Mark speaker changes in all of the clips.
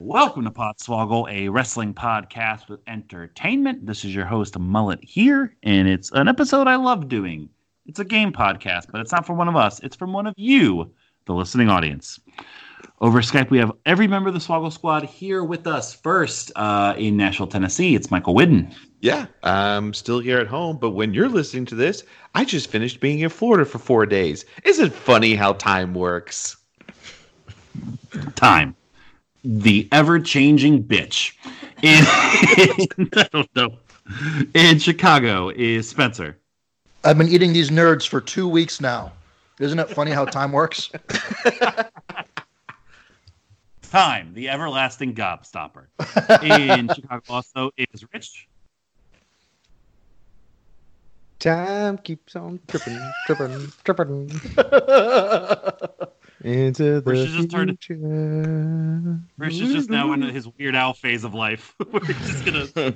Speaker 1: Welcome to Potswoggle, a wrestling podcast with entertainment. This is your host, Mullet, here, and it's an episode I love doing. It's a game podcast, but it's not for one of us, it's from one of you, the listening audience. Over Skype, we have every member of the Swoggle Squad here with us first uh, in Nashville, Tennessee. It's Michael Widden.
Speaker 2: Yeah, I'm still here at home, but when you're listening to this, I just finished being in Florida for four days. Isn't it funny how time works?
Speaker 1: Time. The ever changing bitch. In, I don't know. In Chicago is Spencer.
Speaker 3: I've been eating these nerds for two weeks now. Isn't it funny how time works?
Speaker 1: Time, the everlasting gobstopper. In Chicago also is Rich.
Speaker 4: Time keeps on tripping, tripping, tripping into
Speaker 1: Rich
Speaker 4: the
Speaker 1: has just turned-
Speaker 4: future.
Speaker 1: Rich is just now in
Speaker 4: Mm-hmm.
Speaker 1: his weird owl phase of life. We're just gonna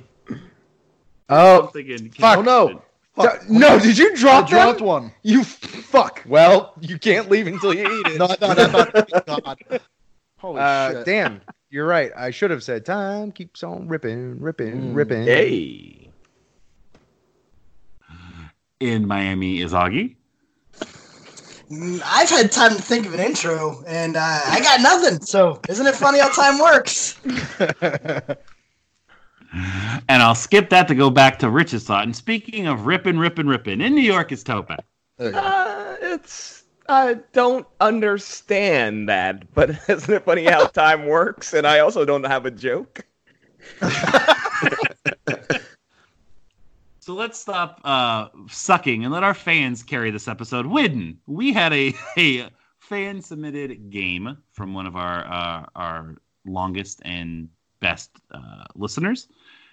Speaker 4: Oh,
Speaker 1: something and
Speaker 4: fuck.
Speaker 3: no. Fuck.
Speaker 4: d- Oh, no! Did you
Speaker 3: I
Speaker 4: drop
Speaker 3: dropped
Speaker 4: them?
Speaker 3: one.
Speaker 4: You f- fuck. Well, you can't leave until you eat it.
Speaker 3: No, I thought, I thought, God. Holy
Speaker 4: uh,
Speaker 3: shit.
Speaker 4: damn, you're right. I should have said time keeps on ripping, ripping,
Speaker 3: Mm.
Speaker 4: ripping.
Speaker 2: Hey.
Speaker 1: in Miami is Augie.
Speaker 5: Mm, I've had time to think of an intro, and uh, I got nothing. So, isn't it funny how time works?
Speaker 1: And I'll skip that to go back to Rich's thought. And speaking of rippin', rippin', rippin', in New York is Topa.
Speaker 3: There you go.
Speaker 6: Uh, it's I don't understand that, but isn't it funny how time works? And I also don't have a joke.
Speaker 1: So let's stop uh, sucking and let our fans carry this episode. Widden, we had a, a fan submitted game from one of our uh, our longest and best uh, listeners.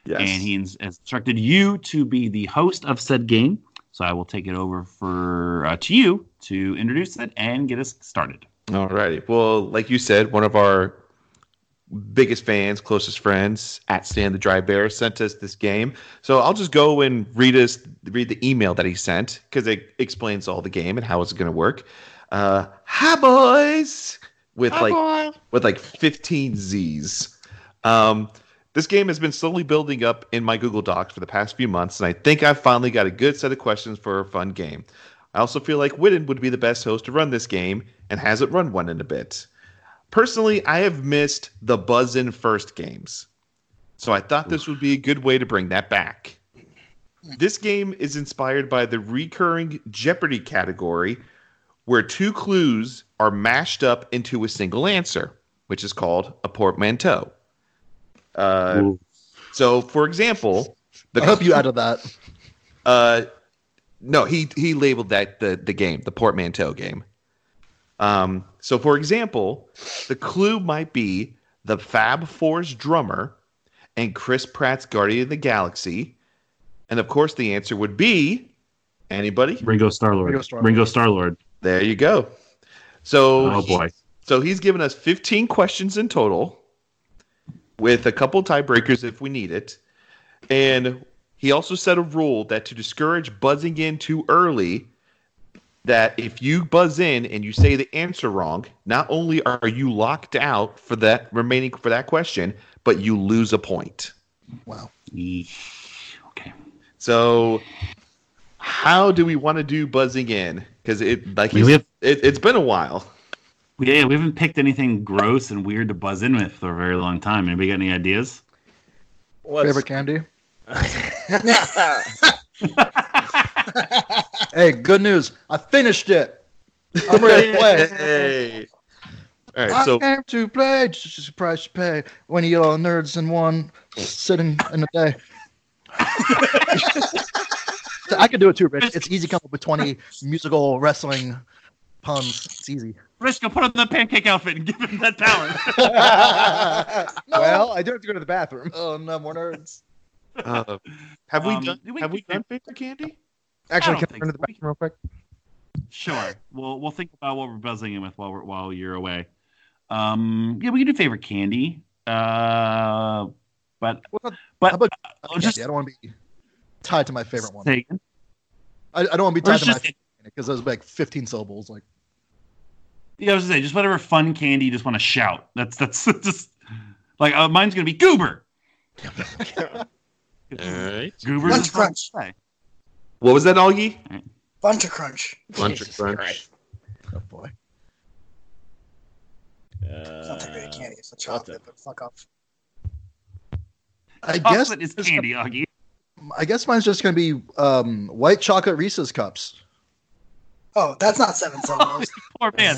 Speaker 2: Yes.
Speaker 1: and he ins- has instructed you to be the host of said game. So I will take it over for uh, to you to introduce it and get us started.
Speaker 2: All righty. Well, like you said, one of our biggest fans, closest friends, at Stan the Dry Bear, sent us this game. So I'll just go and read us read the email that he sent because it explains all the game and how it's going to work. Uh, hi boys, with like with like 15 Z's. Um, this game has been slowly building up in my Google Docs for the past few months, and I think I've finally got a good set of questions for a fun game. I also feel like Widden would be the best host to run this game and hasn't run one in a bit. Personally, I have missed the buzz in first games, so I thought this would be a good way to bring that back. This game is inspired by the recurring Jeopardy category, where two clues are mashed up into a single answer, which is called a portmanteau. Uh, so, for example, the
Speaker 3: I hope you added that.
Speaker 2: uh, no, he he labeled that the the game, the portmanteau game. Um, so for example, the clue might be the Fab Four's drummer and Chris Pratt's Guardian of the Galaxy, and of course the answer would be anybody.
Speaker 1: Ringo Starlord.
Speaker 3: Ringo Starr.
Speaker 1: Ringo Starlord.
Speaker 2: There you go. So
Speaker 1: Oh boy.
Speaker 2: so he's given us 15 questions in total with a couple tiebreakers if we need it. And he also set a rule that to discourage buzzing in too early, that if you buzz in and you say the answer wrong, not only are you locked out for that remaining for that question, but you lose a point.
Speaker 3: Wow.
Speaker 1: Eesh. Okay.
Speaker 2: So how do we want to do buzzing in? Because it like
Speaker 1: We have-
Speaker 2: it's, it, it's been a while.
Speaker 1: Yeah, we haven't picked anything gross and weird to buzz in with for a very long time. Anybody got any ideas?
Speaker 6: Let's-
Speaker 3: Favorite candy? Hey, good news. I finished it. I'm ready to play.
Speaker 2: Hey. All right,
Speaker 3: I
Speaker 2: so
Speaker 3: am to play. Just a surprise to pay. When you all nerds in one sitting in a day. I could do it too, Rich. It's easy coming up with 20 musical wrestling puns. It's easy.
Speaker 1: Frisco, put on the pancake outfit and give him that power.
Speaker 4: Well, I do have to go to the bathroom.
Speaker 3: Oh no, more nerds.
Speaker 2: Uh, have we
Speaker 1: Um,
Speaker 2: done?
Speaker 1: do we-
Speaker 2: have we done paper candy?
Speaker 1: I don't
Speaker 4: Actually, can I
Speaker 1: think
Speaker 4: go to the
Speaker 1: so. We-
Speaker 4: bathroom real quick?
Speaker 1: Sure. We'll we'll think about what we're buzzing in with while we're while you're away. Um, yeah, we can do favorite candy. Uh, but
Speaker 3: What about-
Speaker 1: but
Speaker 3: how about-
Speaker 1: I'll just
Speaker 3: I don't want to be tied to my favorite one.
Speaker 1: say-
Speaker 3: I, I don't want to be
Speaker 1: or
Speaker 3: tied
Speaker 1: it's
Speaker 3: to my
Speaker 1: just-
Speaker 3: favorite because those was like 15 syllables. Like
Speaker 1: yeah, I was gonna say just whatever fun candy you just want to shout. That's that's just like uh, mine's gonna be goober.
Speaker 2: right.
Speaker 1: Goober's
Speaker 5: Lunch
Speaker 1: is fun
Speaker 5: Crunch.
Speaker 1: to say.
Speaker 2: What was that, Augie?
Speaker 5: Bunch of crunch.
Speaker 2: Lunch or
Speaker 6: Jesus
Speaker 2: crunch?
Speaker 6: Christ.
Speaker 3: oh boy,
Speaker 5: It's not the great
Speaker 6: Uh,
Speaker 5: candy. It's a chocolate, but fuck off.
Speaker 3: I guess
Speaker 1: Chocolate is
Speaker 3: it's-
Speaker 1: candy, Augie.
Speaker 3: I guess mine's just gonna be um, white chocolate Reese's cups.
Speaker 5: Oh, that's not seven syllables.
Speaker 1: Poor man.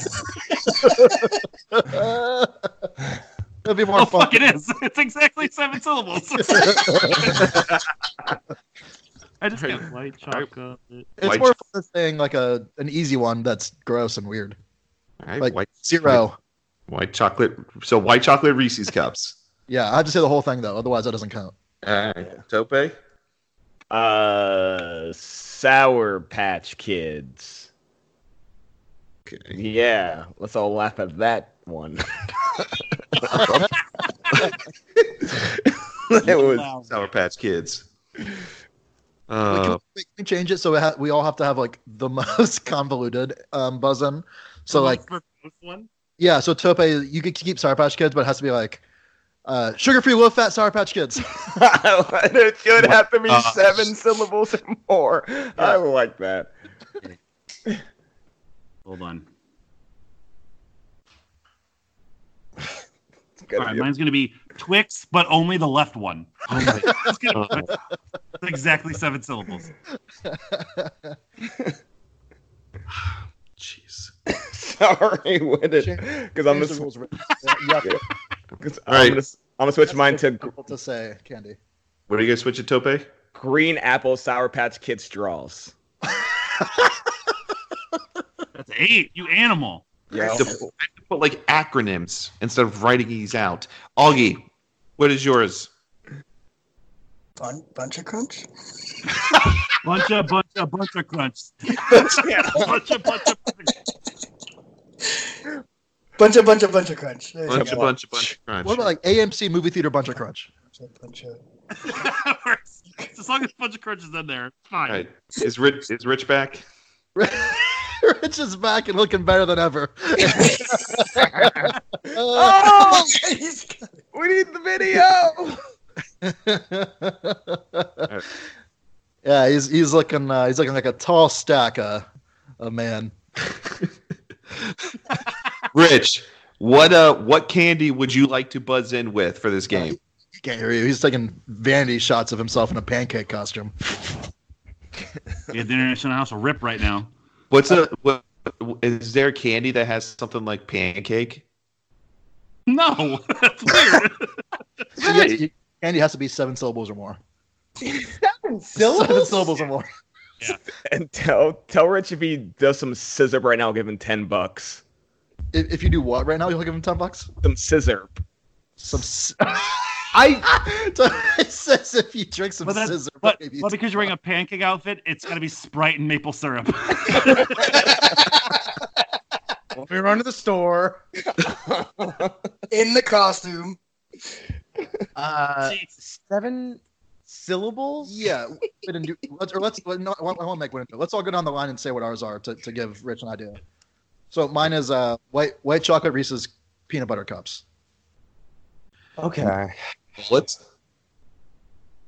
Speaker 3: That'd be more
Speaker 1: Oh
Speaker 3: fun.
Speaker 1: fuck, it is. It's exactly seven syllables. I just got white chocolate.
Speaker 3: It's
Speaker 2: White
Speaker 3: more fun than saying like a an easy one that's gross and weird.
Speaker 2: All right,
Speaker 3: Like,
Speaker 2: white
Speaker 3: Zero.
Speaker 2: white chocolate. So white chocolate Reese's cups.
Speaker 3: Yeah, I have to say the whole thing though, otherwise that doesn't count.
Speaker 2: All right, Tope.
Speaker 6: Uh, Sour Patch Kids.
Speaker 2: Okay.
Speaker 6: Yeah, let's all laugh at that one. it was
Speaker 2: Sour Patch Kids.
Speaker 3: Wait,
Speaker 2: Uh,
Speaker 3: can, we, can we change it so we, ha- we all have to have like the most convoluted um, buzzin? So like
Speaker 1: one.
Speaker 3: yeah, so Tope, you could keep Sour Patch Kids, but it has to be like uh, sugar-free, low-fat Sour Patch Kids.
Speaker 6: it should have to be
Speaker 2: Uh,
Speaker 6: seven syllables or more. I like that.
Speaker 1: Hold on.
Speaker 6: It's gotta
Speaker 1: All right,
Speaker 6: be a-
Speaker 1: mine's gonna be Twix, but only the left one. It's gonna be Twix. It's exactly seven syllables.
Speaker 2: Jeez.
Speaker 6: Sorry, with it, because I'm
Speaker 3: Here's the
Speaker 6: gonna,
Speaker 3: rules written. Yeah, you have to-
Speaker 6: because
Speaker 2: All right.
Speaker 6: I'm, gonna, s- I'm gonna switch
Speaker 3: that's
Speaker 6: mine to
Speaker 3: difficult to say candy.
Speaker 2: What are you guys switching, Tope?
Speaker 6: green apple sour patch kid straws.
Speaker 1: That's eight. You animal.
Speaker 6: Yeah,
Speaker 2: To- But like acronyms instead of writing these out. Augie, what is yours?
Speaker 5: Bun- bunch of crunch?
Speaker 1: Bunch of bunch of bunch of crunch. bunch of bunch of.
Speaker 5: Bunch of, bunch of, bunch of crunch. There you
Speaker 2: Bunch,
Speaker 5: go.
Speaker 2: a bunch, a bunch, of crunch.
Speaker 3: What about like AMC movie theater bunch of crunch?
Speaker 5: Bunch of-
Speaker 1: That works. as long as bunch of crunch is in there, it's
Speaker 2: All
Speaker 1: fine.
Speaker 2: right. Is Rich is Rich back?
Speaker 3: Rich is back and looking better than ever.
Speaker 6: Oh,
Speaker 5: He's-
Speaker 6: we need the video.
Speaker 3: yeah, he's he's looking uh, he's looking like a tall stack uh, a man.
Speaker 2: Rich, what uh what candy would you like to buzz in with for this game?
Speaker 3: He can't hear you. He's taking vanity shots of himself in a pancake costume.
Speaker 1: Yeah, the international house will rip right now.
Speaker 2: What's a what is there candy that has something like pancake?
Speaker 1: No, that's weird.
Speaker 3: Yeah, you- candy has to be seven syllables or more.
Speaker 6: Seven
Speaker 3: Seven syllables or more.
Speaker 6: And tell tell Rich if he does some scissor right now, I'll give him ten bucks.
Speaker 3: If, if you do what right now, you'll give him ten bucks.
Speaker 6: Some scissor.
Speaker 3: Some. s-
Speaker 6: I
Speaker 3: it says if you drink some
Speaker 1: But that's-
Speaker 3: scissor,
Speaker 1: But,
Speaker 3: baby.
Speaker 1: but because you're wearing a pancake outfit, it's gonna be Sprite and maple syrup.
Speaker 4: We run to the store.
Speaker 5: in the costume.
Speaker 4: Uh,
Speaker 1: Jesus.
Speaker 4: seven syllables.
Speaker 3: yeah, we didn't do- let's, or let's let- no, I won't- I won't make one. into it. Let's all go down the line and say what ours are to, to give Rich an idea. So mine is uh, white white chocolate Reese's peanut butter cups.
Speaker 4: Okay.
Speaker 2: What's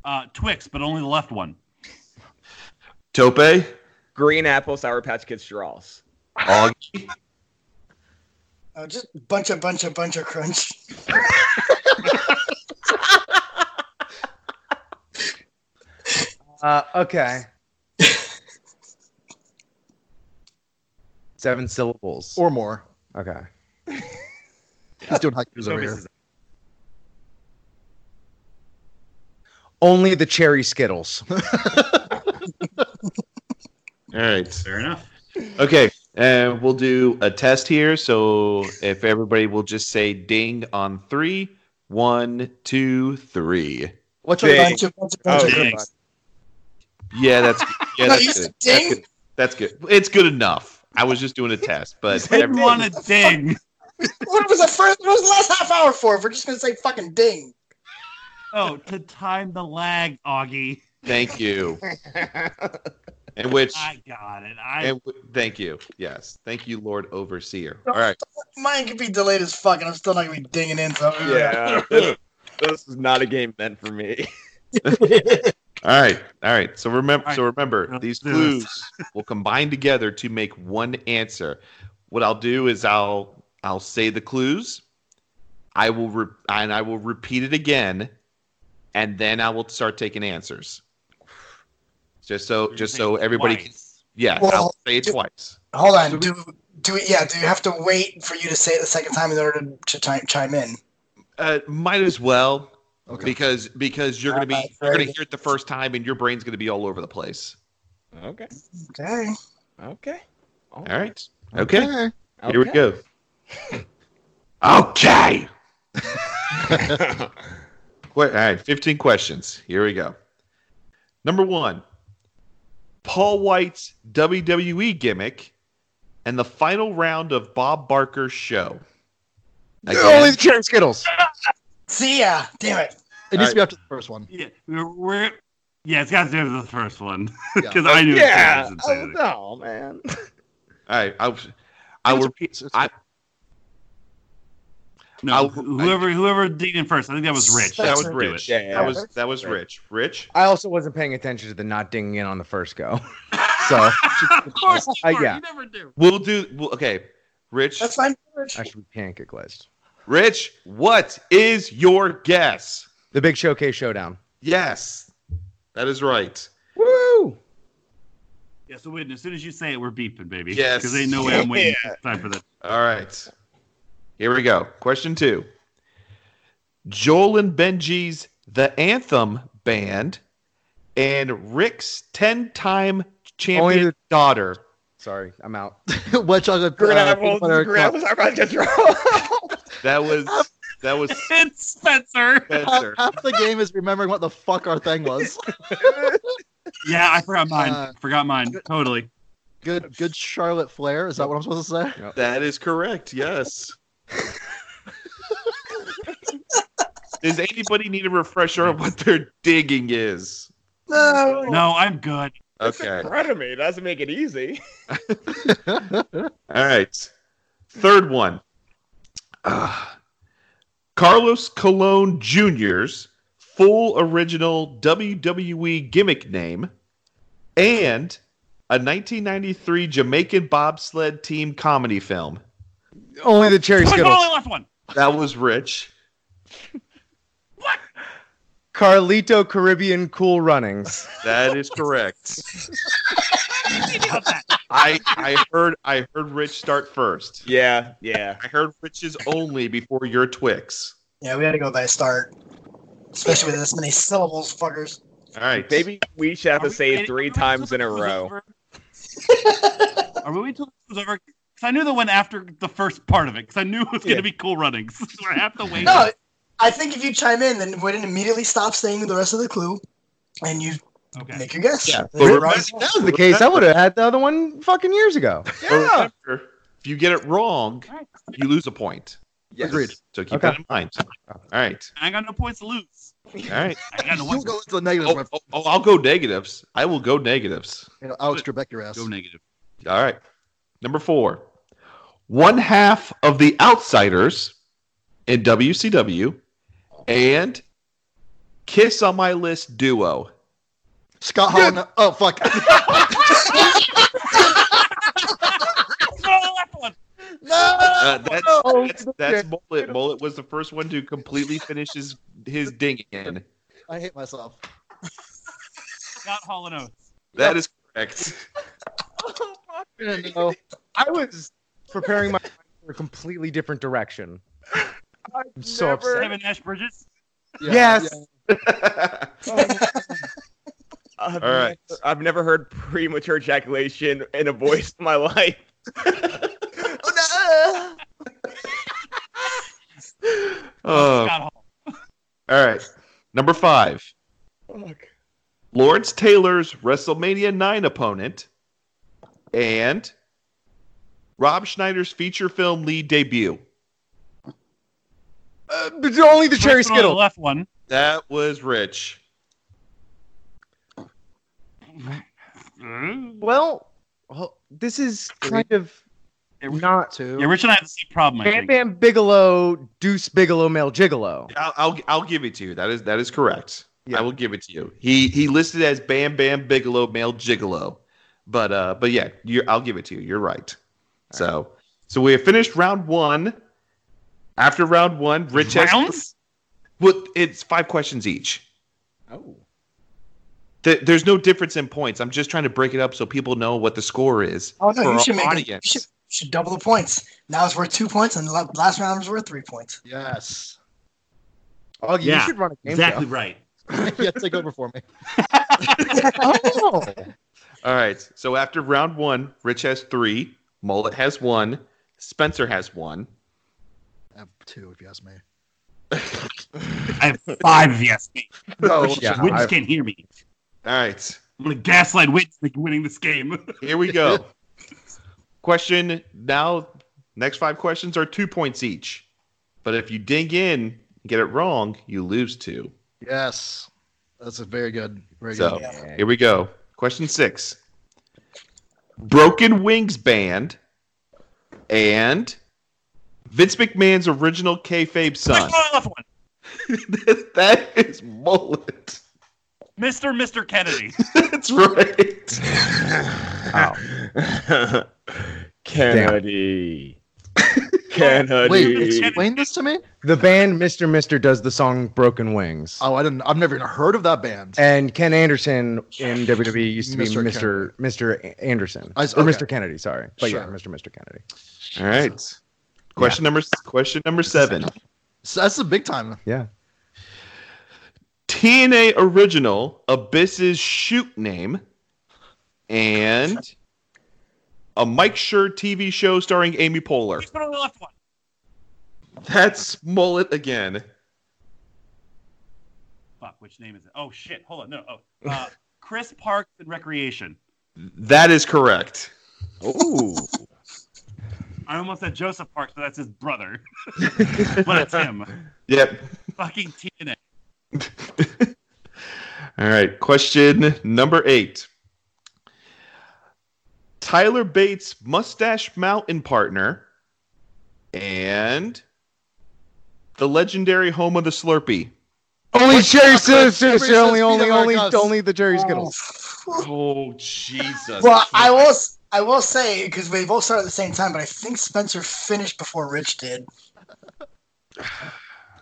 Speaker 1: Uh, Twix, but only the left one.
Speaker 2: Tope?
Speaker 6: green apple sour patch kid straws.
Speaker 2: Augie?
Speaker 5: Oh, just bunch of, bunch of, bunch of crunch.
Speaker 4: Uh, okay. seven syllables.
Speaker 3: or more.
Speaker 4: okay.
Speaker 3: He's doing haikus over
Speaker 1: Toby
Speaker 3: here.
Speaker 1: says-
Speaker 4: Only the cherry Skittles.
Speaker 2: All right.
Speaker 1: Fair enough.
Speaker 2: Okay. And we'll do a test here. So if everybody will just say ding on three, one, two, three.
Speaker 3: What's your
Speaker 6: Dang.
Speaker 5: Bunch of, bunch of, bunch
Speaker 6: Oh,
Speaker 5: of-
Speaker 6: yeah.
Speaker 1: Thanks.
Speaker 2: Yeah, that's yeah,
Speaker 5: No, you
Speaker 2: that's,
Speaker 5: said
Speaker 2: good. that's
Speaker 5: ding.
Speaker 2: good. That's good. It's good enough. I was just doing a test, but
Speaker 1: I
Speaker 2: every-
Speaker 1: want a ding.
Speaker 5: What was the first? What was the last half hour for? If we're just gonna say fucking ding.
Speaker 1: Oh, to time the lag, Augie.
Speaker 2: thank you. And which
Speaker 1: I got it. I
Speaker 2: and w- thank you. Yes, thank you, Lord Overseer. All right.
Speaker 5: Mine could be delayed as fuck, and I'm still not gonna be dinging in. So
Speaker 6: Yeah, this, this is not a game meant for me.
Speaker 2: All right, all right. So remember,
Speaker 1: All right.
Speaker 2: so remember,
Speaker 1: Let's
Speaker 2: these
Speaker 1: do this.
Speaker 2: clues will combine together to make one answer. What I'll do is I'll I'll say the clues, I will re- and I will repeat it again, and then I will start taking answers. Just so, just so everybody, can,
Speaker 1: Twice.
Speaker 2: yeah,
Speaker 5: Well,
Speaker 2: I'll say it
Speaker 5: do-
Speaker 2: twice.
Speaker 5: Hold
Speaker 2: So we-
Speaker 5: on. Do do we, yeah? Do you have to wait for you to say it the second time in order to, to chi- chime in?
Speaker 2: Uh, might as well
Speaker 3: Okay.
Speaker 2: because because you're gonna be
Speaker 5: Alright,
Speaker 2: you're gonna
Speaker 5: very
Speaker 2: hear it the first time, and your brain's gonna be all over the place.
Speaker 6: Okay,
Speaker 5: Okay.
Speaker 6: okay, all
Speaker 2: All right, okay.
Speaker 6: okay.
Speaker 2: Here we go. okay. All right, 15 questions. Here we go. Number one Paul White's WWE gimmick and the final round of Bob Barker's show.
Speaker 4: Only
Speaker 2: Again,
Speaker 4: the cherry skittles.
Speaker 5: See ya. Damn it.
Speaker 3: It needs to be after the first one.
Speaker 1: Yeah, we're, we're yeah, it's got to do with the first one
Speaker 3: Yeah.
Speaker 1: because I knew.
Speaker 6: Yeah.
Speaker 1: it
Speaker 6: Oh
Speaker 1: was
Speaker 6: no, man.
Speaker 2: all right, I, I will repeat. I,
Speaker 1: no,
Speaker 2: I'll-
Speaker 1: whoever whoever did it first, I think that was Rich.
Speaker 2: that
Speaker 5: That's
Speaker 2: was
Speaker 1: Do it.
Speaker 2: Rich.
Speaker 6: Yeah, yeah,
Speaker 2: that was
Speaker 5: that's
Speaker 2: that was Rich. Rich.
Speaker 4: I also wasn't paying attention to the not dinging in on the first go. So
Speaker 1: of course, you,
Speaker 4: Uh,
Speaker 1: are.
Speaker 4: yeah.
Speaker 1: you never do.
Speaker 2: We'll do. Well, okay, Rich.
Speaker 5: That's fine.
Speaker 4: I should be pancake list.
Speaker 2: Rich. What is your guess?
Speaker 4: The big showcase showdown.
Speaker 2: Yes, that is right.
Speaker 4: Woo!
Speaker 1: Yeah, so wait, as soon as you say it, we're beeping, baby.
Speaker 2: Yes.
Speaker 1: because ain't no way I'm waiting time for that.
Speaker 2: All right. Here we go. Question two. Joel and Benji's The Anthem Band and Rick's 10 time champion
Speaker 4: Only the-
Speaker 2: daughter.
Speaker 4: Sorry, I'm out.
Speaker 3: White chocolate.
Speaker 6: Green
Speaker 3: uh,
Speaker 6: apples,
Speaker 3: peanut butter
Speaker 6: green
Speaker 3: cup.
Speaker 6: apples are about to throw.
Speaker 2: That was that was
Speaker 1: It's Spencer.
Speaker 2: Spencer.
Speaker 3: Half the game is remembering what the fuck our thing was.
Speaker 1: Yeah, I forgot mine.
Speaker 3: Uh,
Speaker 1: forgot mine. Totally.
Speaker 3: Good, good Charlotte Flair. Is that what I'm supposed to say?
Speaker 2: That is correct. Yes. Does anybody need a refresher on what their digging is?
Speaker 5: No.
Speaker 1: No, I'm good.
Speaker 2: Okay.
Speaker 6: In front of me. That doesn't make it easy.
Speaker 2: All right. Third one. Ah. Carlos Colon Jr.'s full original WWE gimmick name and a 1993 Jamaican bobsled team comedy film.
Speaker 4: Only the cherry
Speaker 1: Quick,
Speaker 4: skittles.
Speaker 1: only left one.
Speaker 2: That was rich.
Speaker 1: What?
Speaker 4: Carlito Caribbean Cool Runnings.
Speaker 2: That is correct.
Speaker 1: About that.
Speaker 2: I I heard I heard Rich start first.
Speaker 6: Yeah, yeah.
Speaker 2: I heard Rich's only before your Twix.
Speaker 5: Yeah, we had to go by start, especially with this many syllables, fuckers.
Speaker 2: All right,
Speaker 6: Maybe we should have
Speaker 1: Are
Speaker 6: to
Speaker 1: we
Speaker 6: say
Speaker 1: waiting-
Speaker 6: it three
Speaker 1: are we
Speaker 6: times in a
Speaker 1: waiting
Speaker 6: row.
Speaker 1: till this was over? are we waiting till this was over? 'Cause I knew the one after the first part of it because I knew it was going to
Speaker 6: Yeah.
Speaker 1: be cool runnings. So I have to wait.
Speaker 5: No, I think if you chime in, then Wooden immediately stops saying the rest of the clue, and you
Speaker 1: Okay.
Speaker 5: make your guess.
Speaker 2: Yeah,
Speaker 5: Is it
Speaker 2: but
Speaker 5: wrong?
Speaker 4: If that was the case, I would have had the other one fucking years ago.
Speaker 2: But remember, if you get it wrong,
Speaker 1: Alright.
Speaker 2: you lose a point.
Speaker 4: Yes.
Speaker 2: Agreed. So keep
Speaker 4: Okay.
Speaker 2: that in mind. All right.
Speaker 1: I ain't got no points to lose.
Speaker 2: All right.
Speaker 1: I ain't got no
Speaker 3: You
Speaker 1: one.
Speaker 3: go into the negatives.
Speaker 2: Oh,
Speaker 3: my
Speaker 2: oh, oh, I'll go negatives. I will go negatives.
Speaker 3: You know, Alex Trebek your ass.
Speaker 1: oh. Go negative.
Speaker 2: All right. Number four. One half of the outsiders in WCW and Kiss on My List duo.
Speaker 3: Scott Hall. no- oh fuck.
Speaker 1: No, the left one.
Speaker 2: Uh, that's
Speaker 4: Oh,
Speaker 2: that's, that's Mullet. Mullet was the first one to completely finish his, his ding in.
Speaker 3: I hate myself.
Speaker 1: Not Hall and Oates.
Speaker 2: That is correct.
Speaker 3: You know,
Speaker 4: I was preparing my mind for a completely different direction. I'm so
Speaker 6: never-
Speaker 4: upset.
Speaker 1: Kevin Nash Bridges.
Speaker 3: yeah,
Speaker 4: yes.
Speaker 3: yeah.
Speaker 6: I've
Speaker 2: All right.
Speaker 6: never- I've never heard premature ejaculation in a voice in my life.
Speaker 5: Oh, no.
Speaker 6: Uh,
Speaker 2: Oh,
Speaker 1: Scott Hall.
Speaker 2: all right. Number five. Lawrence Taylor's WrestleMania 9 opponent and Rob Schneider's feature film lead debut.
Speaker 4: Uh, but only the cherry
Speaker 1: First one on The
Speaker 4: skittle.
Speaker 1: left one.
Speaker 2: That was rich.
Speaker 4: Well, well, this is kind of not
Speaker 3: Two.
Speaker 1: Yeah, Rich and I have the same problem. I
Speaker 4: Bam
Speaker 1: think.
Speaker 4: Bam Bigelow, Deuce Bigelow, Mel Gigolo.
Speaker 2: I'll, I'll I'll give it to you. That is that is correct.
Speaker 4: Yeah.
Speaker 2: I will give it to you. He he listed as Bam Bam Bigelow, male gigolo, but uh, but yeah, you I'll give it to you. You're right. so so we have finished round one. After round one, Rich has-
Speaker 1: Rounds?
Speaker 2: Well, it's five questions each. Th- there's no difference in points. I'm just trying to break it up so people know what the score is
Speaker 5: Oh, no,
Speaker 2: for
Speaker 5: you
Speaker 2: our
Speaker 5: should make it. You
Speaker 2: audience.
Speaker 5: should, you should double the points. Now it's worth two points, and the la- last round was worth three points.
Speaker 3: Yes. Oh,
Speaker 4: Augie, you
Speaker 1: Yeah,
Speaker 4: should run a game
Speaker 1: Exactly
Speaker 4: show.
Speaker 1: right.
Speaker 3: yeah, take over for me.
Speaker 4: Oh.
Speaker 2: All right. So after round one, Rich has three, Mullet has one, Spencer has one.
Speaker 3: I have two, if you ask me.
Speaker 1: I have five of yes. me.
Speaker 2: No.
Speaker 4: Yeah,
Speaker 1: Witness
Speaker 4: I-
Speaker 1: can't hear me.
Speaker 2: All right.
Speaker 1: I'm gonna gaslight Witness into winning this game.
Speaker 2: Here we go. Question now. Next five questions are two points each. But if you dig in and get it wrong, you lose two.
Speaker 3: Yes. That's a very good. Very
Speaker 2: So
Speaker 3: good.
Speaker 2: here we go. Question six Broken Wings Band and Vince McMahon's original kayfabe son.
Speaker 1: First one on the left one.
Speaker 2: that is Mullet.
Speaker 1: Mr. Mr. Kennedy.
Speaker 2: That's right.
Speaker 6: Kennedy.
Speaker 3: Wait,
Speaker 6: Kennedy.
Speaker 3: explain this to me.
Speaker 4: The band Mr. Mister does the song Broken Wings.
Speaker 3: Oh, I didn't. I've never even heard of that band.
Speaker 4: And Ken Anderson in WWE used to be
Speaker 3: Mr.
Speaker 4: Mr. Mr. Anderson.
Speaker 3: I s-
Speaker 4: or
Speaker 3: okay.
Speaker 4: Mr. Kennedy, sorry. But yeah,
Speaker 3: Sure.
Speaker 4: Mr. Mr. Kennedy.
Speaker 2: All right. Question number question number seven.
Speaker 3: So that's a big time.
Speaker 4: Yeah.
Speaker 2: TNA original Abyss's shoot name and a Mike Sure TV show starring Amy Poehler.
Speaker 1: First one on the left one.
Speaker 2: That's Mullet again.
Speaker 1: Fuck, which name is it? Oh shit. Hold on. No. Oh. Uh, Chris Parks and Recreation.
Speaker 2: That is correct.
Speaker 6: Ooh.
Speaker 1: I almost said Joseph Parks, but that's his brother. but it's him.
Speaker 2: Yep.
Speaker 1: Fucking TNA.
Speaker 2: All right. Question number eight. Tyler Bates' Mustache Mountain partner and the legendary home of the Slurpee.
Speaker 4: Only Jerry Skittles.
Speaker 3: Jerry
Speaker 4: Only, only,
Speaker 3: Skittles.
Speaker 4: only, only the Jerry Skittles.
Speaker 5: Oh.
Speaker 2: Oh Jesus!
Speaker 5: Well, I will. s- I will say because we both started at the same time, but I think Spencer finished before Rich did.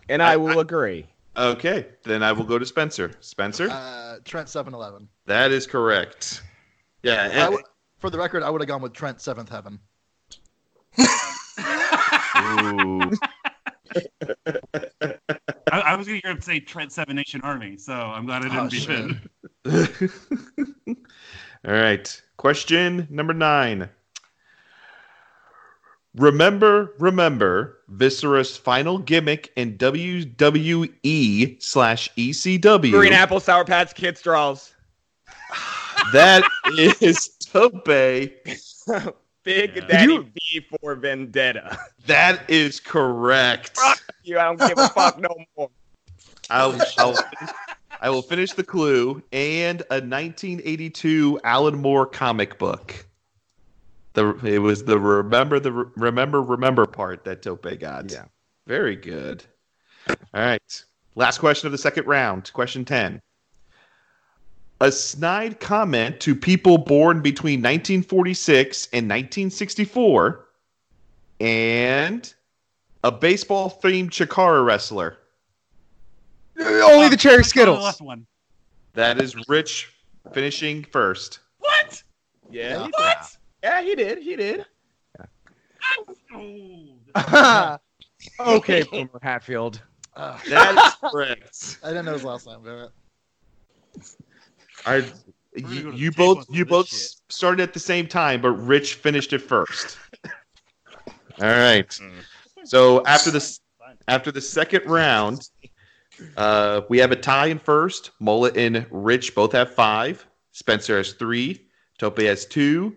Speaker 6: And I will agree.
Speaker 2: Okay, then I will go to Spencer. Spencer,
Speaker 3: Uh, Trent Seven Eleven.
Speaker 2: that is correct. Yeah,
Speaker 3: I
Speaker 2: and,
Speaker 3: w- for the record, I would have gone with Trent Seventh Heaven.
Speaker 1: I, I was gonna hear him say Trent Seven Nation Army, so I'm glad I didn't
Speaker 3: Oh,
Speaker 1: beat
Speaker 3: shit.
Speaker 1: him.
Speaker 2: all right. Question number nine. Remember, remember, Viscera's final gimmick in WWE slash E
Speaker 6: Green
Speaker 2: ECW.
Speaker 6: apple sour patch kids straws.
Speaker 2: That is Tope.
Speaker 6: Big
Speaker 1: Yeah.
Speaker 6: Daddy
Speaker 4: You-
Speaker 6: V for Vendetta.
Speaker 2: That is correct.
Speaker 6: You, I don't give a fuck no more.
Speaker 2: I'll, I'll finish, I will finish the clue and a 1982 Alan Moore comic book. The it was the remember the remember remember part that Tope got.
Speaker 4: Yeah.
Speaker 2: very good. All right, last question of the second round. Question ten. A snide comment to people born between 1946 and 1964, and a baseball themed Chikara wrestler.
Speaker 4: Only the Cherry
Speaker 1: First one on the
Speaker 4: Skittles.
Speaker 1: left one.
Speaker 2: That is Rich finishing first.
Speaker 1: What?
Speaker 3: Yeah.
Speaker 6: Yeah, he did. Yeah, he did. He did.
Speaker 1: Oh,
Speaker 4: okay, Boomer Hatfield.
Speaker 3: Uh,
Speaker 2: That is correct.
Speaker 3: I didn't know his last name. damn it.
Speaker 2: I
Speaker 1: gonna go
Speaker 2: You,
Speaker 1: to
Speaker 2: you
Speaker 1: the
Speaker 2: both
Speaker 1: tables with
Speaker 2: you
Speaker 1: this
Speaker 2: both
Speaker 1: shit.
Speaker 2: s- started at the same time, but Rich finished it first. All right. So after this after the second round, uh, we have a tie in first. Mullet and Rich both have five. Spencer has three. Tope has two.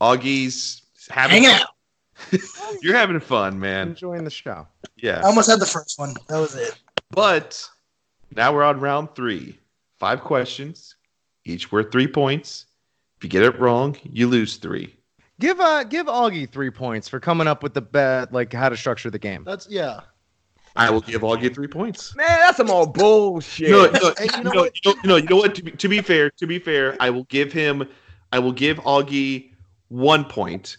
Speaker 2: Augie's having
Speaker 5: Hang out.
Speaker 2: you're having fun, man.
Speaker 4: Enjoying the show.
Speaker 2: Yeah.
Speaker 5: I almost had the first one. That was it.
Speaker 2: But now we're on round three. Five questions, each worth three points. If you get it wrong, you lose three.
Speaker 4: Give uh give Augie three points for coming up with the bet like how to structure the game.
Speaker 3: That's yeah.
Speaker 2: I will give all you three points.
Speaker 6: Man, that's some old bullshit.
Speaker 2: No, no,
Speaker 3: Hey, you know
Speaker 2: no,
Speaker 3: what?
Speaker 2: no, no, you know what? To be, to be fair, to be fair, I will give him, I will give Augie one point,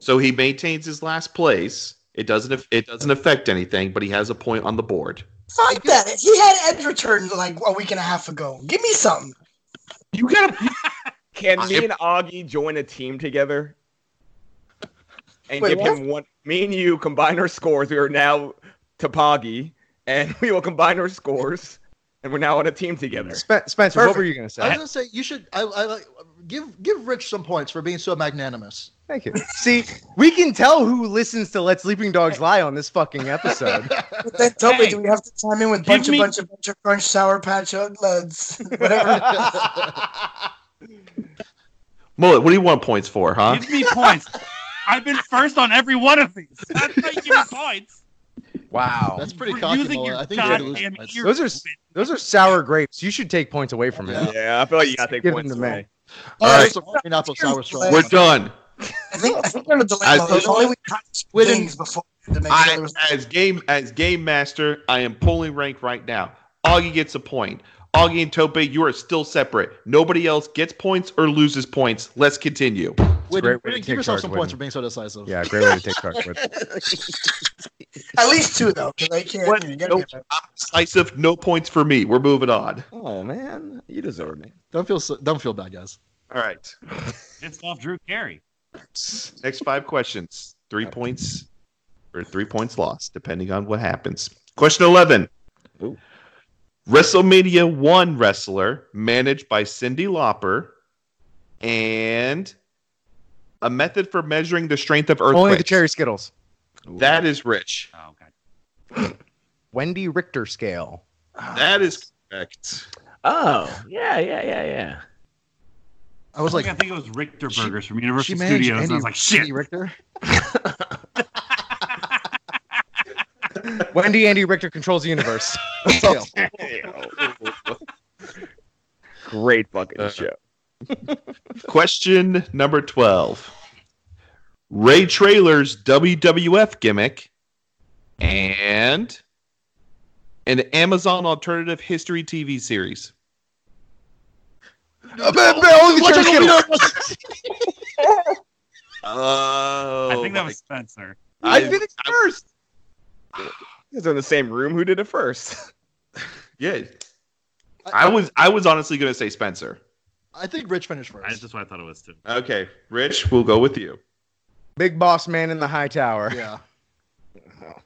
Speaker 2: so he maintains his last place. It doesn't, af- it doesn't affect anything, but he has a point on the board.
Speaker 5: Fuck that. He had Ed's return like a week and a half ago. Give me something.
Speaker 2: You gotta,
Speaker 6: Can
Speaker 2: I-
Speaker 6: me and Augie join a team together? And
Speaker 5: Wait,
Speaker 6: give him one. Me and you combine our scores. We are now Topagi, and we will combine our scores, and we're now on a team together.
Speaker 4: Spe- Spencer, what
Speaker 5: Perfect.
Speaker 4: were you gonna say?
Speaker 3: I was gonna say you should. I, I like give give Rich some points for being so magnanimous.
Speaker 4: Thank you. See, we can tell who listens to Let Sleeping Dogs Lie on this fucking episode.
Speaker 5: But then tell me,
Speaker 1: Hey,
Speaker 5: do we have to chime in with
Speaker 1: give
Speaker 5: bunch of
Speaker 1: me-
Speaker 5: bunch of bunch of crunch sour patch Uggs, whatever?
Speaker 2: Mullet, what do you want points for, huh?
Speaker 1: Give me points. I've been first on every one of these. That's how you give me points.
Speaker 6: Wow.
Speaker 3: That's pretty
Speaker 1: We're
Speaker 3: cocky.
Speaker 1: using
Speaker 3: Mullet.
Speaker 1: your
Speaker 3: I think you're
Speaker 1: goddamn
Speaker 3: losing points.
Speaker 1: ear-
Speaker 4: Those are s- those are sour grapes. You should take points away from him.
Speaker 6: Yeah, I feel like you got to take
Speaker 4: Give him
Speaker 6: points
Speaker 4: to me.
Speaker 6: away.
Speaker 2: All right.
Speaker 3: So probably not those sour straws.
Speaker 2: We're done.
Speaker 5: I think I think we're in a
Speaker 2: I-
Speaker 5: dilemma. If only we
Speaker 3: We
Speaker 5: had
Speaker 3: didn't-
Speaker 5: things before to make sure there
Speaker 2: I,
Speaker 5: was
Speaker 2: as game as game master, I am pulling rank right now. Augie gets a point. Augie and Tope, you are still separate. Nobody else gets points or loses points. Let's continue.
Speaker 4: a
Speaker 3: Whitney,
Speaker 4: great way to
Speaker 3: Whitney,
Speaker 4: take
Speaker 3: give yourself some
Speaker 4: charge,
Speaker 3: points
Speaker 4: Whitney.
Speaker 3: for being so decisive.
Speaker 4: Yeah, great way to take charge. With.
Speaker 5: at least two though. 'cause I can't.
Speaker 2: What?
Speaker 5: you gotta
Speaker 2: Nope.
Speaker 5: get that.
Speaker 2: Decisive, no points for me. We're moving on.
Speaker 6: Oh man, you deserve me.
Speaker 3: Don't feel so, don't feel bad, guys.
Speaker 2: All right.
Speaker 1: It's off Drew Carey.
Speaker 2: Next five questions. Three points or three points lost, depending on what happens. Question 11.
Speaker 6: Ooh.
Speaker 2: WrestleMania 1 wrestler managed by Cindy Lauper and a method for measuring the strength of earthquakes.
Speaker 4: Only the cherry skittles.
Speaker 2: That is rich.
Speaker 1: Oh god.
Speaker 4: Wendy Richter scale.
Speaker 2: That is
Speaker 4: Ah.
Speaker 2: correct.
Speaker 6: Oh yeah, yeah, yeah, yeah.
Speaker 3: I was like,
Speaker 1: I think it was Richter
Speaker 3: She-
Speaker 1: Burgers from
Speaker 3: she
Speaker 1: Universal
Speaker 3: managed
Speaker 1: Studios. and I
Speaker 3: Andy,
Speaker 1: was like, shit.
Speaker 3: Andy Richter.
Speaker 4: Wendy Andy Richter controls the universe.
Speaker 6: Great fucking
Speaker 2: Uh,
Speaker 6: show.
Speaker 2: Question number 12. Ray Trailer's WWF gimmick and an Amazon alternative history TV series.
Speaker 4: Only the cherry skittles.
Speaker 2: Oh,
Speaker 1: I think that
Speaker 2: my-
Speaker 1: was Spencer.
Speaker 4: I finished first.
Speaker 6: You guys are in the same room. Who did it first?
Speaker 2: yeah. I was I was honestly going to say Spencer.
Speaker 3: I think Rich finished
Speaker 1: I,
Speaker 3: first.
Speaker 1: that's what I thought it was too.
Speaker 2: Okay, Rich, we'll go with you.
Speaker 4: Big boss man in the high tower.
Speaker 3: Yeah.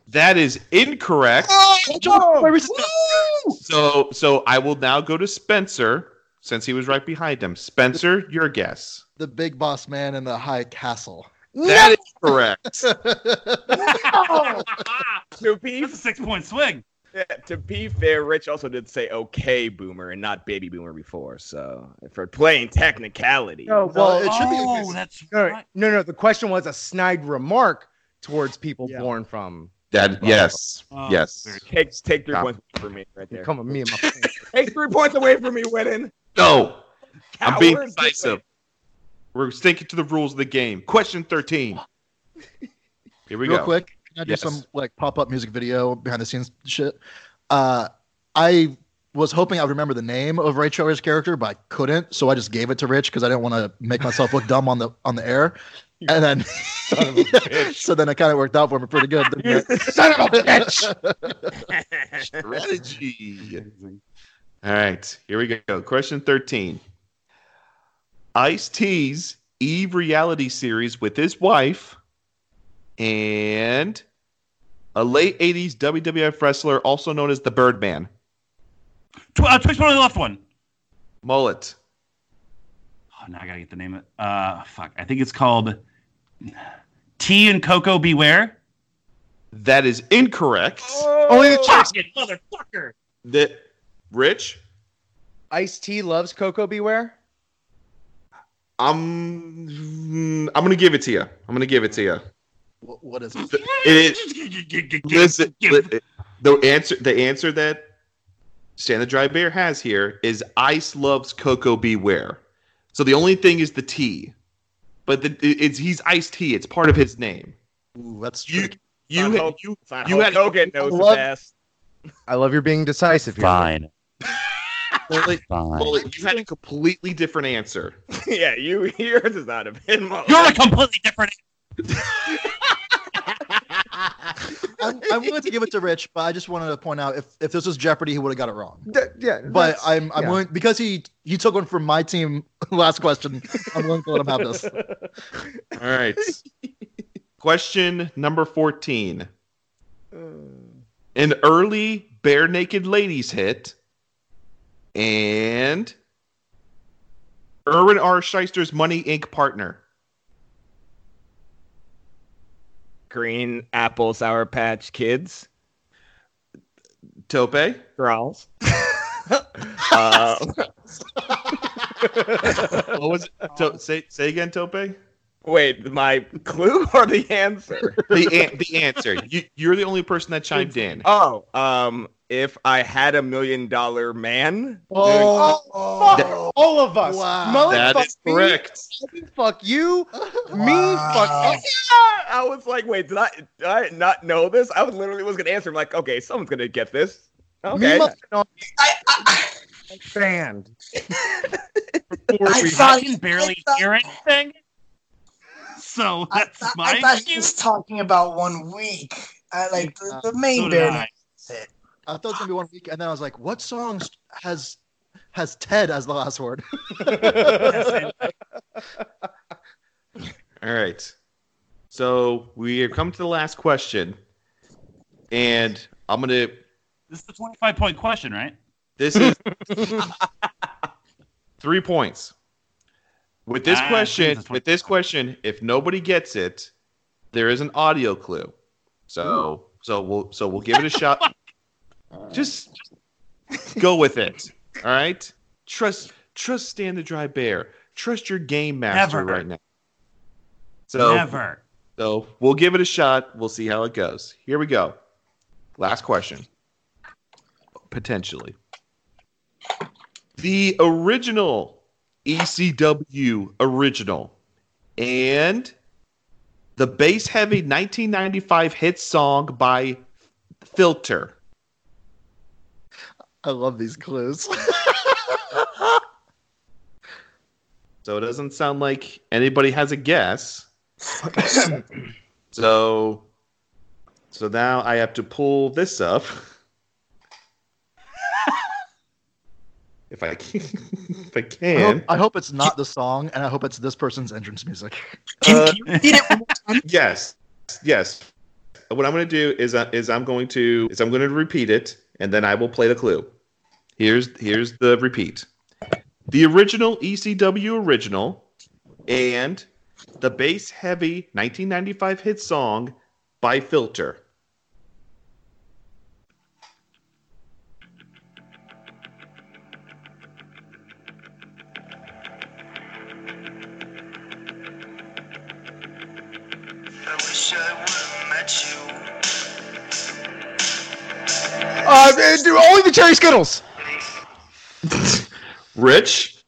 Speaker 2: That is incorrect. So so I will now go to Spencer since he was right behind him. Spencer, your guess.
Speaker 3: The big boss man in the high castle.
Speaker 2: That is correct.
Speaker 6: to be
Speaker 1: That's a six point swing.
Speaker 6: to be fair, Rich also did say "okay, boomer" and not "baby boomer" before. So for playing technicality,
Speaker 4: No,
Speaker 3: well,
Speaker 4: well,
Speaker 3: it should be-
Speaker 1: oh, that's
Speaker 4: no,
Speaker 1: right.
Speaker 4: no, no. The question was a snide remark towards people born from.
Speaker 2: That yes,
Speaker 1: Oh,
Speaker 2: yes.
Speaker 1: very
Speaker 6: take take three
Speaker 2: Yeah.
Speaker 6: points for me right there.
Speaker 4: Come with me and my.
Speaker 6: Take three points away from me, Wedding.
Speaker 2: No, I'm being
Speaker 6: Coward.
Speaker 2: decisive. We're sticking to the rules of the game. Question thirteen. Here we
Speaker 3: Real
Speaker 2: go.
Speaker 3: quick, can I do
Speaker 2: Yes.
Speaker 3: some like pop up music video behind the scenes shit? Uh, I was hoping I would remember the name of Ray Trailer's character, but I couldn't, so I just gave it to Rich because I didn't want to make myself look dumb on the on the air. And then, so then it kind of worked out for me pretty good. didn't it?
Speaker 4: Son of a bitch!
Speaker 2: Strategy. All right, here we go. Question thirteen. Ice T's Eve reality series with his wife, and a late '80s WWF wrestler also known as the Birdman,
Speaker 1: Tw- uh, Twitch one on the left one.
Speaker 2: Mullet.
Speaker 1: Oh, now I gotta get the name of it. Uh, fuck. I think it's called Tea and Cocoa Beware.
Speaker 2: That is incorrect.
Speaker 4: Only the
Speaker 1: Fuck it, motherfucker.
Speaker 2: That Rich,
Speaker 4: Ice T loves Coco Beware.
Speaker 2: I'm mm, I'm gonna give it to you. I'm gonna give it to you.
Speaker 3: What, what is it?
Speaker 2: Th- It, listen, li- the answer the answer that Stand the Dry Bear has here is Ice loves Cocoa Beware. So the only thing is the tea, but the, it- it's he's Ice Tea. It's part of his name.
Speaker 3: Ooh, that's
Speaker 2: You
Speaker 3: tricky.
Speaker 2: you had-
Speaker 6: Hulk-
Speaker 2: you
Speaker 6: Fine,
Speaker 2: You
Speaker 6: Hulk
Speaker 2: had-
Speaker 6: Hogan knows
Speaker 3: I love-
Speaker 6: the best.
Speaker 4: I love your being decisive here.
Speaker 1: Fine.
Speaker 2: Bullet,
Speaker 1: Fine.
Speaker 2: Bullet, you had a completely different answer.
Speaker 6: yeah, you yours is not a been Mullet.
Speaker 1: You're a completely different.
Speaker 3: I'm, I'm willing to give it to Rich, but I just wanted to point out if, if this was Jeopardy, he would have got it wrong.
Speaker 4: D- yeah,
Speaker 3: But
Speaker 4: that's-
Speaker 3: I'm I'm
Speaker 4: yeah.
Speaker 3: willing because he he took one from my team last question. I'm willing to let him have this.
Speaker 2: All right. Question number 14.
Speaker 4: Uh,
Speaker 2: An early bare naked ladies hit and Erwin R. Scheister's Money Inc. partner.
Speaker 6: Green apple sour patch kids.
Speaker 2: Tope?
Speaker 6: Girls. uh,
Speaker 2: What was it? To- say, say again, Tope?
Speaker 6: wait, my clue or the answer?
Speaker 2: The, an- the answer. You, you're the only person that chimed in.
Speaker 6: Oh, um, if I had a million dollar man,
Speaker 4: Oh,
Speaker 2: That-
Speaker 4: fuck all of us.
Speaker 3: Wow.
Speaker 4: Mullet,
Speaker 2: That
Speaker 4: fuck
Speaker 2: is
Speaker 4: me,
Speaker 2: correct.
Speaker 4: Fuck you. Me.
Speaker 5: Wow.
Speaker 4: Fuck.
Speaker 6: I was like, wait, did I, did I not know this? oh, I was literally was gonna answer. I'm like, okay, someone's gonna get this. Okay,
Speaker 4: Me must have
Speaker 5: I, I,
Speaker 4: been banned.
Speaker 5: I
Speaker 1: We
Speaker 5: thought
Speaker 1: can
Speaker 5: he
Speaker 1: barely
Speaker 5: I thought-
Speaker 1: hear anything. So
Speaker 5: I,
Speaker 1: that's
Speaker 5: I,
Speaker 1: my
Speaker 5: I thought he
Speaker 1: excuse.
Speaker 5: was talking about one week. I like the, the main
Speaker 1: So did
Speaker 5: bear.
Speaker 1: I.
Speaker 5: That's it.
Speaker 3: I thought it was gonna be one week, and then I was like, what songs has has Ted as the last word?
Speaker 2: All right. So we have come to the last question. And I'm going to
Speaker 1: This is the 25 point question, right?
Speaker 2: This is three points. With this
Speaker 1: Ah,
Speaker 2: question,
Speaker 1: Jesus,
Speaker 2: with this question, if nobody gets it, there is an audio clue. So, so we'll so we'll give it a shot. Just, just go with it. All right. Trust trust stand the dry bear. Trust your game master
Speaker 1: Never.
Speaker 2: right now. So
Speaker 1: Never.
Speaker 2: so we'll give it a shot. We'll see how it goes. Here we go. Last question. Potentially. The original ECW original and the bass heavy 1995 hit song by Filter.
Speaker 3: I love these clues.
Speaker 2: So it doesn't sound like anybody has a guess. so so now I have to pull this up. if I can if I
Speaker 3: I hope,
Speaker 2: can.
Speaker 3: I hope it's not the song, and I hope it's this person's entrance music.
Speaker 5: Can,
Speaker 2: Uh,
Speaker 5: can you repeat it? one more time?
Speaker 2: Yes. Yes. What I'm going to do is uh, is I'm going to is I'm going to repeat it and then I will play the clue. Here's here's the repeat. The original ECW original and the bass heavy 1995 hit song by Filter.
Speaker 7: I wish I would've met you.
Speaker 4: Uh, they do only the cherry skittles.
Speaker 2: Rich?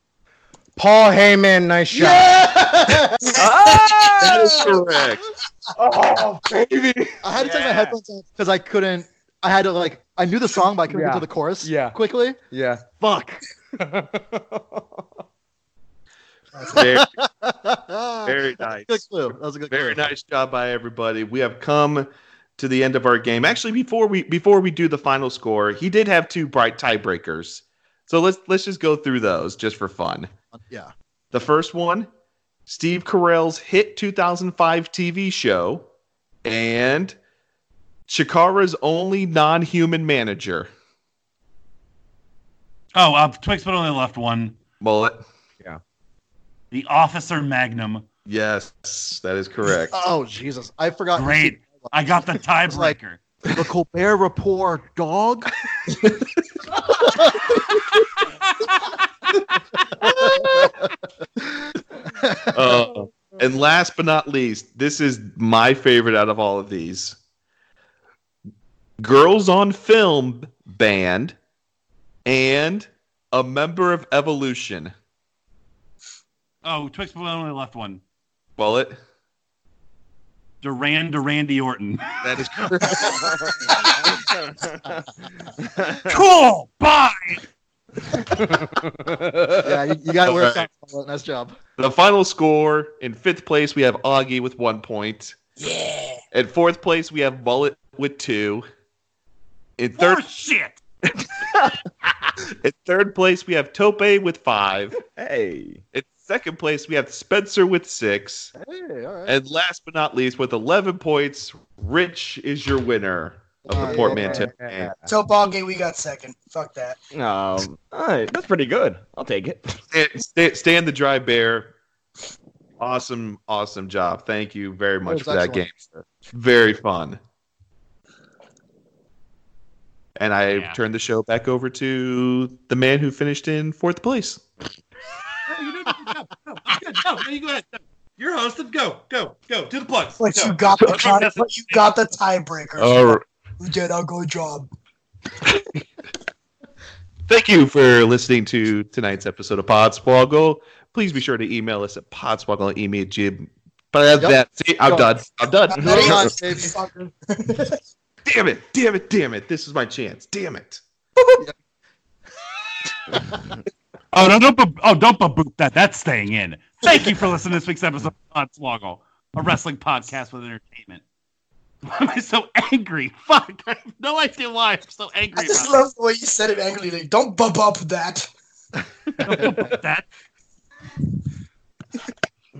Speaker 4: Paul Heyman, nice shot.
Speaker 1: Ah!
Speaker 2: That is correct.
Speaker 4: Oh, baby.
Speaker 3: I had to take my
Speaker 6: Yeah.
Speaker 3: headphones off because I couldn't. I had to like I knew the song, but I couldn't
Speaker 4: Yeah.
Speaker 3: get to the chorus.
Speaker 4: Yeah.
Speaker 3: quickly.
Speaker 4: Yeah.
Speaker 3: Fuck.
Speaker 2: Very,
Speaker 3: Very
Speaker 2: very nice.
Speaker 3: Good clue. That was a good
Speaker 2: Very
Speaker 3: clue.
Speaker 2: nice job by everybody. We have come to the end of our game. Actually, before we before we do the final score, he did have two bright tiebreakers. So let's let's just go through those just for fun.
Speaker 3: Yeah.
Speaker 2: The first one, Steve Carell's hit 2005 TV show, and Chikara's only non-human manager.
Speaker 1: Oh, uh, Twix, but only left one.
Speaker 2: Mullet.
Speaker 1: the Officer Magnum.
Speaker 2: Yes, that is correct.
Speaker 3: Oh Jesus, I
Speaker 4: Uh,
Speaker 3: forgot.
Speaker 1: Great. I got the tiebreaker.
Speaker 3: like- the Colbert Report, dog.
Speaker 2: Uh, and last but not least, this is my favorite out of all of these. Girls on Film Band and a member of Evolution.
Speaker 1: oh, Twix but I only left one.
Speaker 2: Bullet.
Speaker 1: Duran Durandy Orton.
Speaker 2: That is
Speaker 1: cool. Bye.
Speaker 3: yeah, you, you got to wear a
Speaker 2: Alright.
Speaker 3: sock. Nice job.
Speaker 2: the final score. In fifth place, we have Augie with one point.
Speaker 5: Yeah.
Speaker 2: At fourth place, we have Bullet with two. In third,
Speaker 1: Bullshit.
Speaker 2: in third place, we have Tope with five.
Speaker 6: Hey.
Speaker 2: In second place, we have Spencer with six.
Speaker 3: Hey, all right.
Speaker 2: And last but not least, with 11 points, Rich is your winner of the
Speaker 3: Oh,
Speaker 2: portmanteau.
Speaker 6: yeah.
Speaker 2: game.
Speaker 5: So ball game, we got second. Fuck that.
Speaker 6: Um, all right, that's pretty good. I'll take it.
Speaker 2: Stand, stand, stand the dry bear. Awesome, awesome job. Thank you very much
Speaker 3: was
Speaker 2: for that game.
Speaker 3: excellent.
Speaker 2: Very fun. And I
Speaker 1: Yeah.
Speaker 2: turn the show back over to the man who finished in fourth place.
Speaker 1: No, you did a good job. No, it's good. No, no, you go ahead. No. You're hosted. Go, go, go. Do the plugs.
Speaker 5: But
Speaker 1: Go.
Speaker 5: you got the
Speaker 1: Okay,
Speaker 5: tie,
Speaker 1: that's-
Speaker 5: but you got the tiebreaker.
Speaker 2: All right.
Speaker 5: You did a good job.
Speaker 2: Thank you for listening to tonight's episode of Podswoggle. Please be sure to email us at podswoggle at email jib. But
Speaker 3: Yep.
Speaker 2: that, see, I'm
Speaker 5: Go.
Speaker 2: done. I'm done.
Speaker 5: Not
Speaker 3: No,
Speaker 5: me,
Speaker 3: God,
Speaker 5: you
Speaker 3: Dave.
Speaker 5: fucker.
Speaker 2: Damn it! Damn it! Damn it! This is my chance. Damn it!
Speaker 1: Oh, no, don't, ba- oh, don't ba- boop that. That's staying in. Thank you for listening to this week's episode of Podswoggle, a wrestling podcast with entertainment. Why am I so angry? Fuck. I have no idea why I'm so angry.
Speaker 5: I just
Speaker 1: about
Speaker 5: love the way you said it angrily. Like, don't bub up that.
Speaker 1: that.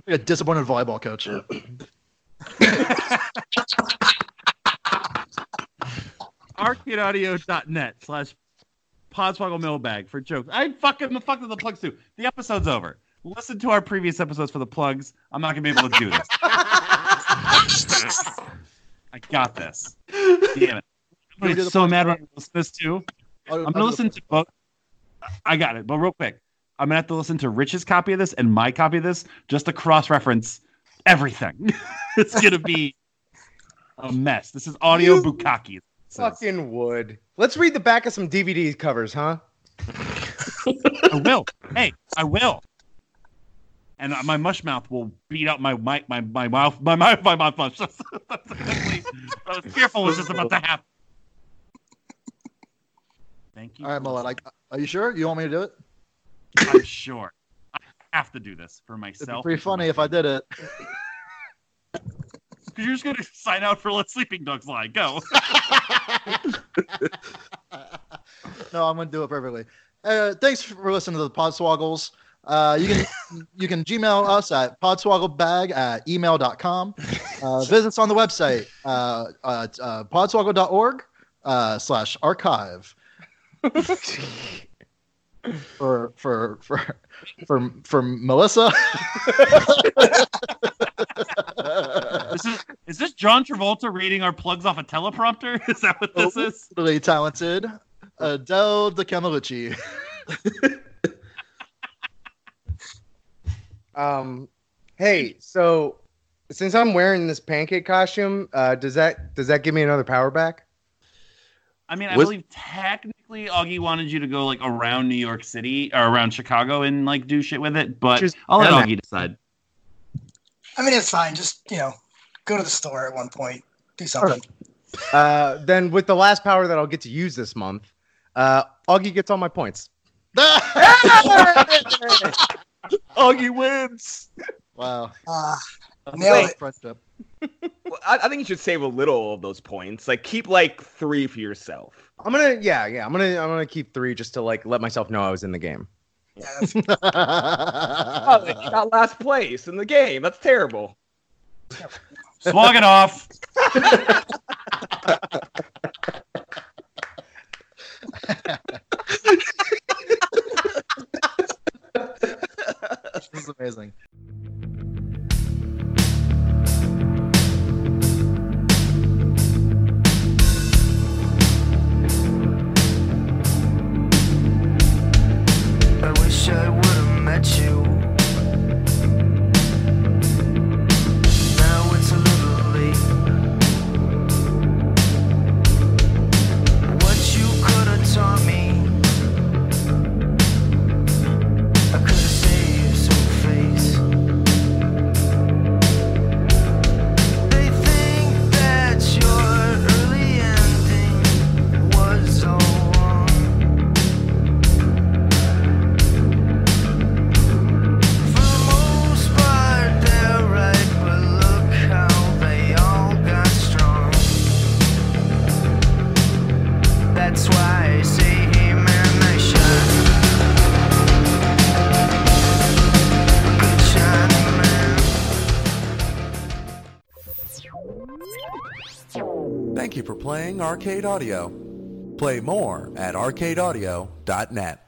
Speaker 3: a disappointed volleyball coach.
Speaker 1: arcadeaudio.net slash podswoggle mailbag for jokes. I fucking the fuck with the plugs too. The episode's over. Listen to our previous episodes for the plugs. I'm not gonna be able to do this. I got this. Damn it. I'm gonna
Speaker 3: we do
Speaker 1: get
Speaker 3: the
Speaker 1: so mad when I listen to this too.
Speaker 3: I'll-
Speaker 1: I'm
Speaker 3: I'll
Speaker 1: gonna
Speaker 3: do
Speaker 1: listen
Speaker 3: the-
Speaker 1: to both. I got it, but real quick, I'm gonna have to listen to Rich's copy of this and my copy of this just to cross reference everything. it's gonna be a mess. This is audio
Speaker 4: You-
Speaker 1: bukkake.
Speaker 4: Fucking wood. Let's read the back of some DVD covers, huh?
Speaker 1: I will. Hey, I will. And uh, my mush mouth will beat out my my my, my mouth my mouth my mouth mush. That's exactly what I was fearful was just about to happen. Thank you.
Speaker 3: All right, Mullet. I, are you sure you want me to do it?
Speaker 1: I'm sure. I have to do this for
Speaker 3: It'd
Speaker 1: myself.
Speaker 3: be pretty funny if I did it.
Speaker 1: You're just gonna sign out for Let Sleeping Dogs Lie. Go.
Speaker 3: no, I'm gonna do it perfectly. Uh, thanks for listening to the Podswoggles. Uh, you can you can Gmail us at podswogglebag at email.com. Uh, visit us on the website uh, uh, uh, podswoggle.org uh, slash archive. for for for for for Melissa.
Speaker 1: This is is this John Travolta reading our plugs off a teleprompter? Is that what this is?
Speaker 3: really talented Adele DiCamelucci.
Speaker 4: Um, hey, so since I'm wearing this pancake costume, uh, does that does that give me another power back?
Speaker 1: I mean, I
Speaker 2: Was-
Speaker 1: believe technically Augie wanted you to go like around New York City or around Chicago and like do shit with it, but
Speaker 4: Just-
Speaker 1: I'll let
Speaker 4: no, no.
Speaker 1: Augie decide.
Speaker 5: I mean, it's fine. Just you know, go to the store at one point. Do something.
Speaker 4: Uh, then with the last power that I'll get to use this month, uh, Augie gets all my points.
Speaker 2: Augie wins.
Speaker 3: wow.
Speaker 5: Uh, Nailed
Speaker 6: Wait,
Speaker 5: it.
Speaker 3: Friendship.
Speaker 6: well, I, I think you should save a little of those points. Like keep like three for yourself.
Speaker 4: I'm gonna, yeah, yeah, I'm gonna, I'm gonna keep three just to like let myself know I was in the game.
Speaker 5: yeah, that's,
Speaker 6: Oh, like, you got last place in the game. That's terrible.
Speaker 1: Swag it off.
Speaker 3: This is amazing.
Speaker 7: That's why I see him and I shine. I shine, man.
Speaker 8: Thank you for playing Arcade Audio. Play more at arcadeaudio.net.